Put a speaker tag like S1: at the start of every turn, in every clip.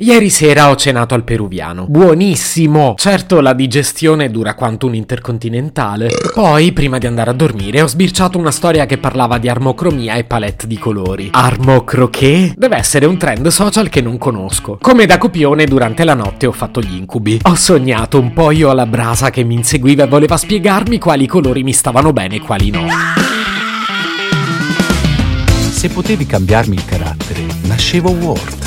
S1: Ieri sera ho cenato al peruviano. Buonissimo! Certo la digestione dura quanto un intercontinentale. Poi, prima di andare a dormire, ho sbirciato una storia che parlava di armocromia e palette di colori. Armocroché? Deve essere un trend social che non conosco. Come da copione, durante la notte ho fatto gli incubi. Ho sognato un po' io alla brasa che mi inseguiva e voleva spiegarmi quali colori mi stavano bene e quali no.
S2: Se potevi cambiarmi il carattere, nascevo Word.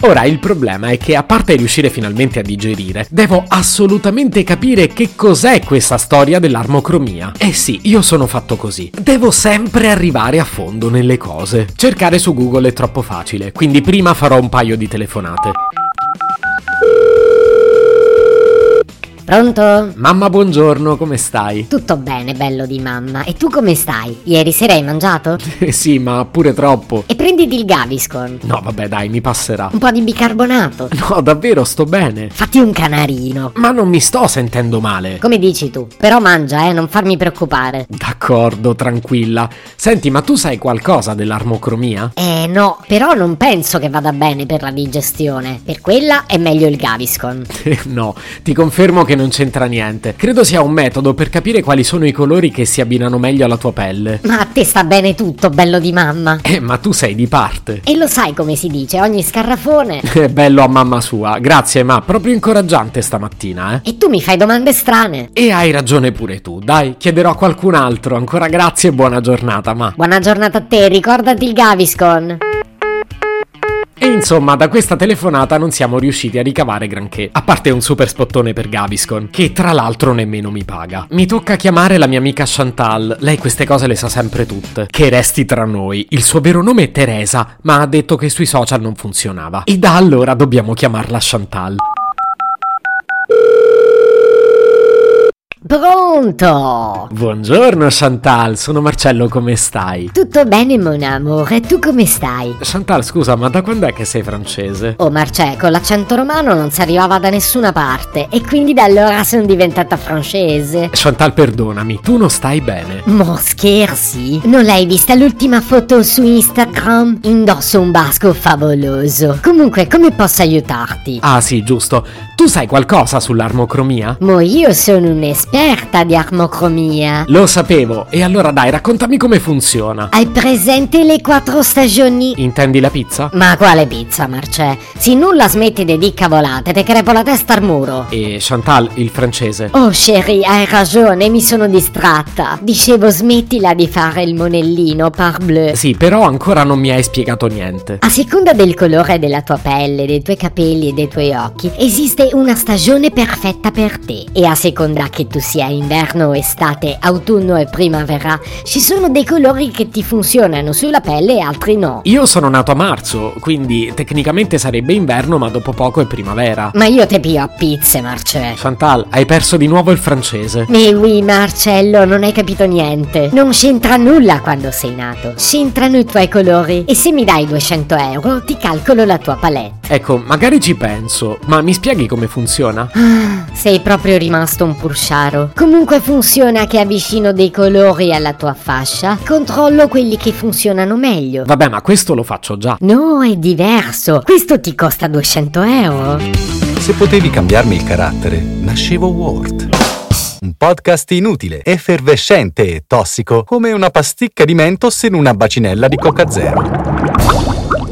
S1: Ora il problema è che a parte riuscire finalmente a digerire, devo assolutamente capire che cos'è questa storia dell'armocromia. Eh sì, io sono fatto così. Devo sempre arrivare a fondo nelle cose. Cercare su Google è troppo facile, quindi prima farò un paio di telefonate.
S3: Pronto?
S1: Mamma, buongiorno, come stai?
S3: Tutto bene, bello di mamma. E tu come stai? Ieri sera hai mangiato?
S1: Eh sì, ma pure troppo.
S3: E prenditi il Gaviscon.
S1: No, vabbè, dai, mi passerà.
S3: Un po' di bicarbonato.
S1: No, davvero, sto bene.
S3: Fatti un canarino.
S1: Ma non mi sto sentendo male.
S3: Come dici tu? Però mangia, eh, non farmi preoccupare.
S1: D'accordo, tranquilla. Senti, ma tu sai qualcosa dell'armocromia?
S3: Eh no, però non penso che vada bene per la digestione. Per quella è meglio il Gaviscon.
S1: Eh, no, ti confermo che non c'entra niente. Credo sia un metodo per capire quali sono i colori che si abbinano meglio alla tua pelle.
S3: Ma a te sta bene tutto, bello di mamma.
S1: Eh, ma tu sei di parte.
S3: E lo sai come si dice, ogni scarrafone.
S1: È bello a mamma sua. Grazie, ma proprio incoraggiante stamattina, eh.
S3: E tu mi fai domande strane.
S1: E hai ragione pure tu. Dai, chiederò a qualcun altro. Ancora grazie e buona giornata, ma.
S3: Buona giornata a te, ricordati il Gaviscon.
S1: E insomma, da questa telefonata non siamo riusciti a ricavare granché, a parte un super spottone per Gaviscon, che tra l'altro nemmeno mi paga. Mi tocca chiamare la mia amica Chantal, lei queste cose le sa sempre tutte. Che resti tra noi, il suo vero nome è Teresa, ma ha detto che sui social non funzionava. E da allora dobbiamo chiamarla Chantal.
S3: Pronto?
S1: Buongiorno Chantal, sono Marcello, come stai?
S3: Tutto bene, mon amore, tu come stai?
S1: Chantal, scusa, ma da quando è che sei francese?
S3: Oh Marcè, con l'accento romano non si arrivava da nessuna parte e quindi da allora sono diventata francese.
S1: Chantal, perdonami, tu non stai bene.
S3: Mo scherzi? Non l'hai vista l'ultima foto su Instagram? Indosso un basco favoloso. Comunque, come posso aiutarti?
S1: Ah sì, giusto. Tu sai qualcosa sull'armocromia?
S3: Mo io sono un'esperta di armocromia.
S1: Lo sapevo, e allora dai, raccontami come funziona.
S3: Hai presente le quattro stagioni?
S1: Intendi la pizza?
S3: Ma quale pizza, Marcè? Se nulla smettete di cavolate, te crepo la testa al muro.
S1: E Chantal, il francese.
S3: Oh chérie, hai ragione, mi sono distratta. Dicevo smettila di fare il monellino, parbleu.
S1: Sì, però ancora non mi hai spiegato niente.
S3: A seconda del colore della tua pelle, dei tuoi capelli e dei tuoi occhi, esiste una stagione perfetta per te. E a seconda che tu sia inverno, estate, autunno e primavera, ci sono dei colori che ti funzionano sulla pelle e altri no.
S1: Io sono nato a marzo, quindi tecnicamente sarebbe inverno, ma dopo poco è primavera.
S3: Ma io te pio a pizze, Marcè.
S1: Chantal, hai perso di nuovo il francese.
S3: Eh oui, Marcello, non hai capito niente. Non c'entra nulla quando sei nato. C'entrano i tuoi colori. E se mi dai 200 euro, ti calcolo la tua palette.
S1: Ecco, magari ci penso, ma mi spieghi come funziona?
S3: Ah, sei proprio rimasto un pursciaro. Comunque funziona che avvicino dei colori alla tua fascia, controllo quelli che funzionano meglio.
S1: Vabbè, ma questo lo faccio già.
S3: No, è diverso. Questo ti costa 200 euro.
S2: Se potevi cambiarmi il carattere, nascevo Word. Un podcast inutile, effervescente e tossico, come una pasticca di mentos in una bacinella di Coca Zero.